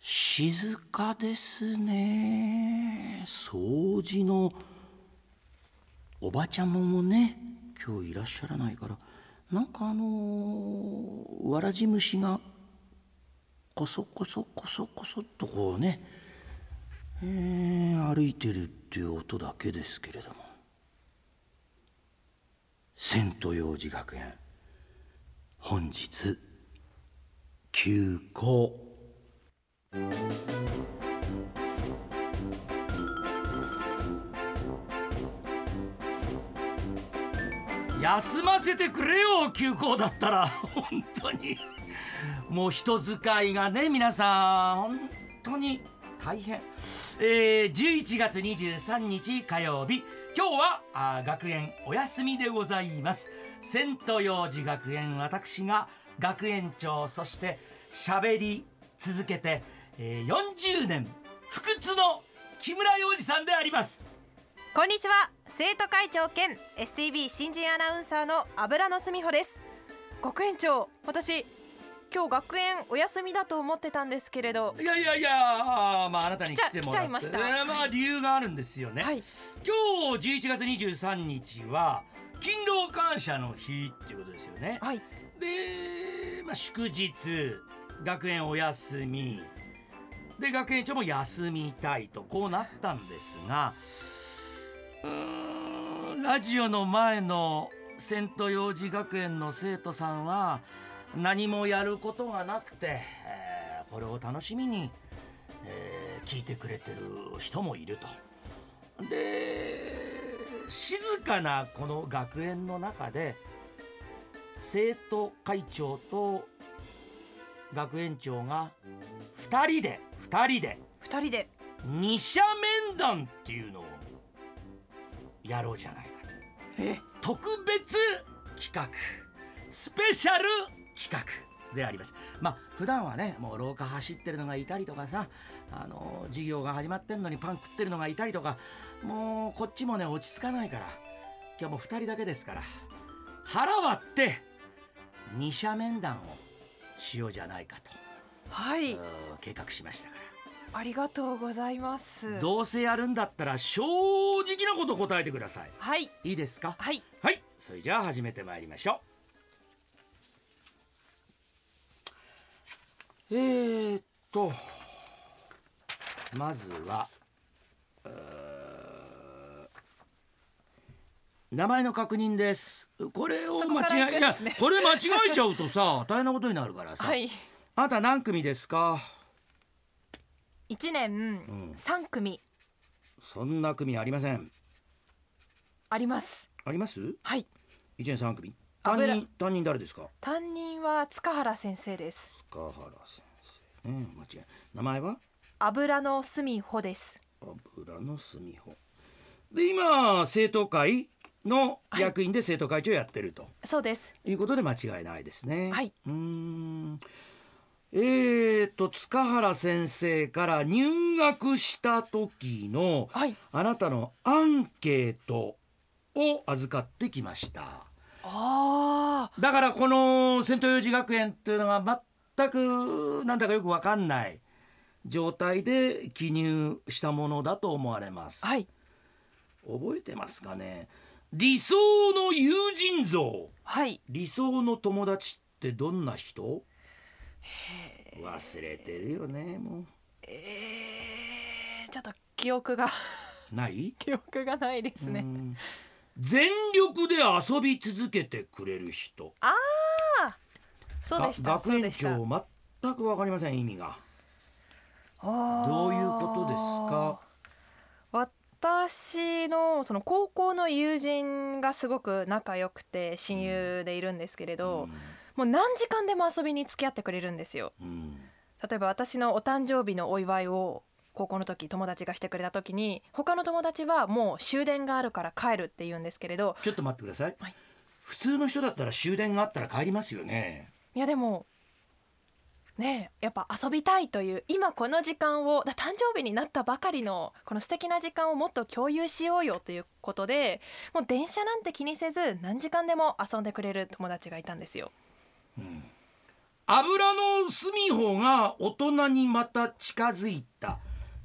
静かですね掃除のおばちゃまもね今日いらっしゃらないからなんかあのーわらじ虫がこそこそこそこそっとこうね、えー歩いてるっていう音だけですけれども千と幼児学園本日休校。休ませてくれよ休校だったら 本当にもう人遣いがね皆さん本当に大変、えー、11月23日火曜日今日はあー学園お休みでございます千と幼児学園私が学園長そして喋り続けて、えー、40年不屈の木村洋二さんでありますこんにちは生徒会長兼 STB 新人アナウンサーの油野すみほです学園長私今日学園お休みだと思ってたんですけれどいやいやいや、まあ、あなたに来てもらって来ちゃいましたねまあ、理由があるんですよね、はい今日11月23日は勤労感謝の日っていうことですよね、はいで、まあ、祝日学園お休みで学園長も休みたいとこうなったんですがうーんラジオの前の千と幼児学園の生徒さんは何もやることがなくて、えーこれを楽しみに、えー聞いてくれてる人もいると。で静かなこの学園の中で生徒会長と学園長が2人で2人で二人で二者面談っていうのをやろうじゃないかと特別企画スペシャル企画でありますまあ普段はねもう廊下走ってるのがいたりとかさあの授業が始まってんのにパン食ってるのがいたりとかもうこっちもね落ち着かないから今日もう2人だけですから腹割って二者面談をしようじゃないかとはいうん計画しましたから。ありがとうございますどうせやるんだったら正直なこと答えてくださいはいいいですかはいはいそれじゃあ始めてまいりましょうえー、っとまずはうー名前の確認ですこれをそこ間から違え、行くんいでやすねこれ間違えちゃうと さ大変なことになるからさ、はいあなた何組ですか一年うん三組そんな組ありませんありますありますはい一年三組担油任担任誰ですか担任は塚原先生です塚原先生ね間違いない名前は油野すみほです油のみ穂で今生徒会の役員で生徒会長やってるとそうですいうことで間違いないですねはいうーんえーと塚原先生から入学した時のはいあなたのアンケートを預かってきましたあだからこの千と幼児学園っていうのが全くなんだかよくわかんない状態で記入したものだと思われます、あはい覚えてますかね理想の友人像はい理想の友達ってどんな人忘れてるよねもえー、ちょっと記憶が うない記憶がないですね、うん全力で遊び続けてくれる人そうでしたがそ学うで園した長全くわかりません意味がどどういうことですか私のその高校の友人がすごく仲良くて親友でいるんですけれど、もう何時間でも遊びに付き合ってくれるんですようんうん例えば私のお誕生日のお祝いを高校の時友達がしてくれた時に他の友達はもう終電があるから帰るって言うんですけれどちょっと待ってください、はい普通の人だったら終電があったら帰りますよねいやでもねえやっぱ遊びたいという今この時間をだ誕生日になったばかりのこの素敵な時間をもっと共有しようよということでもう電車なんて気にせず何時間でも遊んでくれる友達がいたんですよ。油の隅方が大人にまた近づいた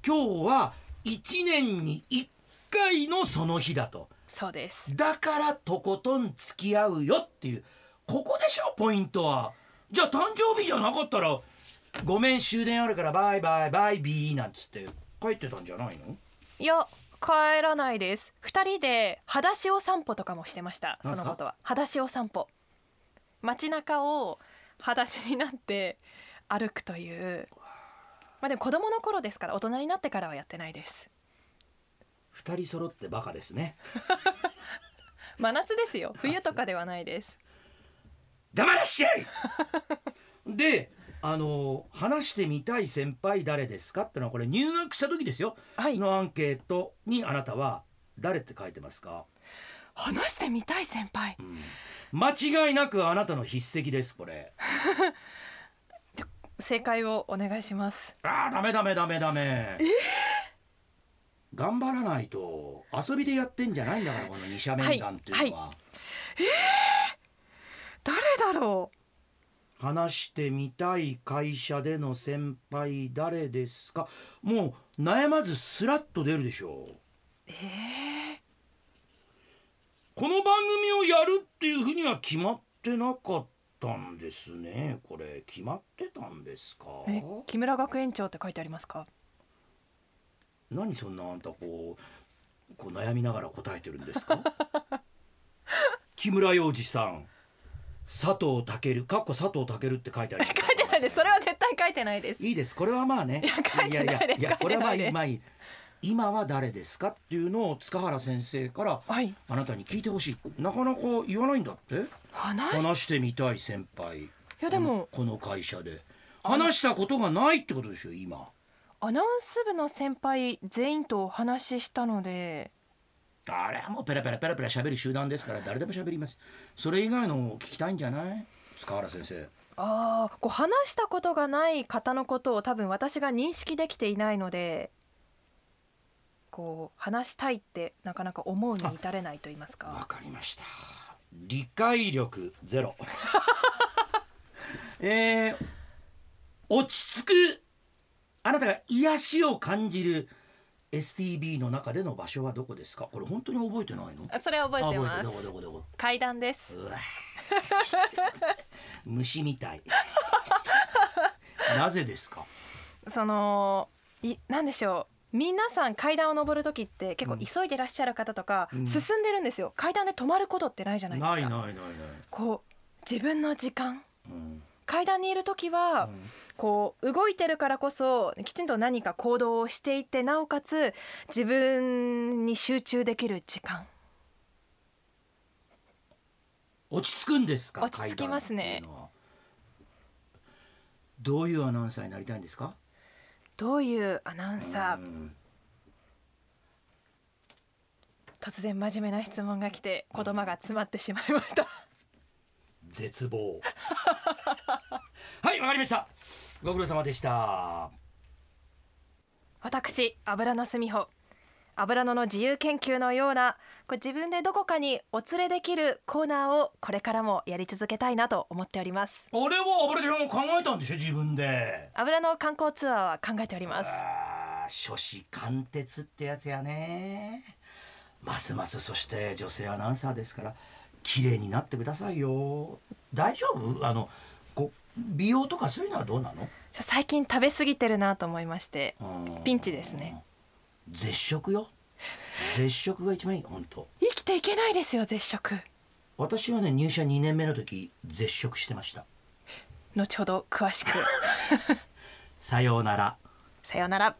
今日は1年に1回のその日だとそうですだからとことん付き合うよっていうここでしょポイントはじゃあ誕生日じゃなかったら「ごめん終電あるからバイバイバイビー」なんつって帰ってたんじゃないのいや帰らないです二人で裸足お散歩とかもしてましたなそんすかのことは裸足お散歩街中を裸足になって歩くというまあでも子供の頃ですから大人になってからはやってないです二人揃ってバカですね真夏ですよ冬とかではないです黙らっしゃい であの話してみたい先輩誰ですかってのはこれ入学した時ですよ、はいのアンケートにあなたは誰って書いてますか、話してみたい先輩うん間違いなくあなたの筆跡ですこれ正解をお願いしますあーダメダメダメダメ頑張らないと遊びでやってんじゃないんだからこの二者面談っていうのは、誰だろ話してみたい会社での先輩誰ですかもう悩まずスラッと出るでしょううえこの番組をやるっていうふうには決まってなかったんですねこれ決まってたんですかーえ木村学園長って書いてありますか何そんなあんたこうこう悩みながら答えてるんですか 木村洋二さん佐藤健かっこ佐藤健って書いてあります 書いてないですそれは絶対書いてないですいいですこれはまあねいや書いてないですいや書こいれてはまあないいですいまあいい今は誰ですかっていうのを塚原先生からはいあなたに聞いてほしいなかなか言わないんだって話し話してみたい先輩いやでもこの会社で話したことがないってことでしょ今アナウンス部の先輩全員とお話ししたのであれはもうペラペラペラペラ喋る集団ですから誰でも喋りますそれ以外のを聞きたいんじゃない塚原先生ああこう話したことがない方のことを多分私が認識できていないのでこう話したいってなかなか思うに至れないと言いますわかかりました理解力ゼロ えー、落ち着くあなたが癒しを感じる STB の中での場所はどこですかこれ本当に覚えてないのあそれは覚えてまあどこすどこどこ階段ですうわ虫み たいなぜですかそのいなんでしょう皆さん階段を上る時って結う構ん急いでらっしゃる方とかうん進んでるんですよ階段で止まることってないじゃないですかないないないない、こう自分の時間うん階段にいる時は、うんこう動いてるからこそきちんと何か行動をしていてなおかつ自分に集中できる時間落ち着くんですか落ち着きます階段っねていうのはどういうアナウンサーになりたいんですかどういうアナウンサー、うん突然真面目な質問が来て言葉が詰まってしまいました絶望 はいわかりましたご苦労様でした私油のすみほ油野の自由研究のようなこう自分でどこかにお連れできるコーナーをこれからもやり続けたいなと思っております俺は油ちゃんも考えたんでしょ自分で油野観光ツアーは考えておりますあー初子貫徹ってやつやねますますそして女性アナウンサーですから綺麗になってくださいよ大丈夫あのこう美容とかそういうのはどうなのちょ最近食べ過ぎてるなと思いましてうんピンチですね絶食よ絶食が一番いい本当生きていけないですよ絶食私はね入社2年目の時絶食してました 後ほど詳しくさようならさようなら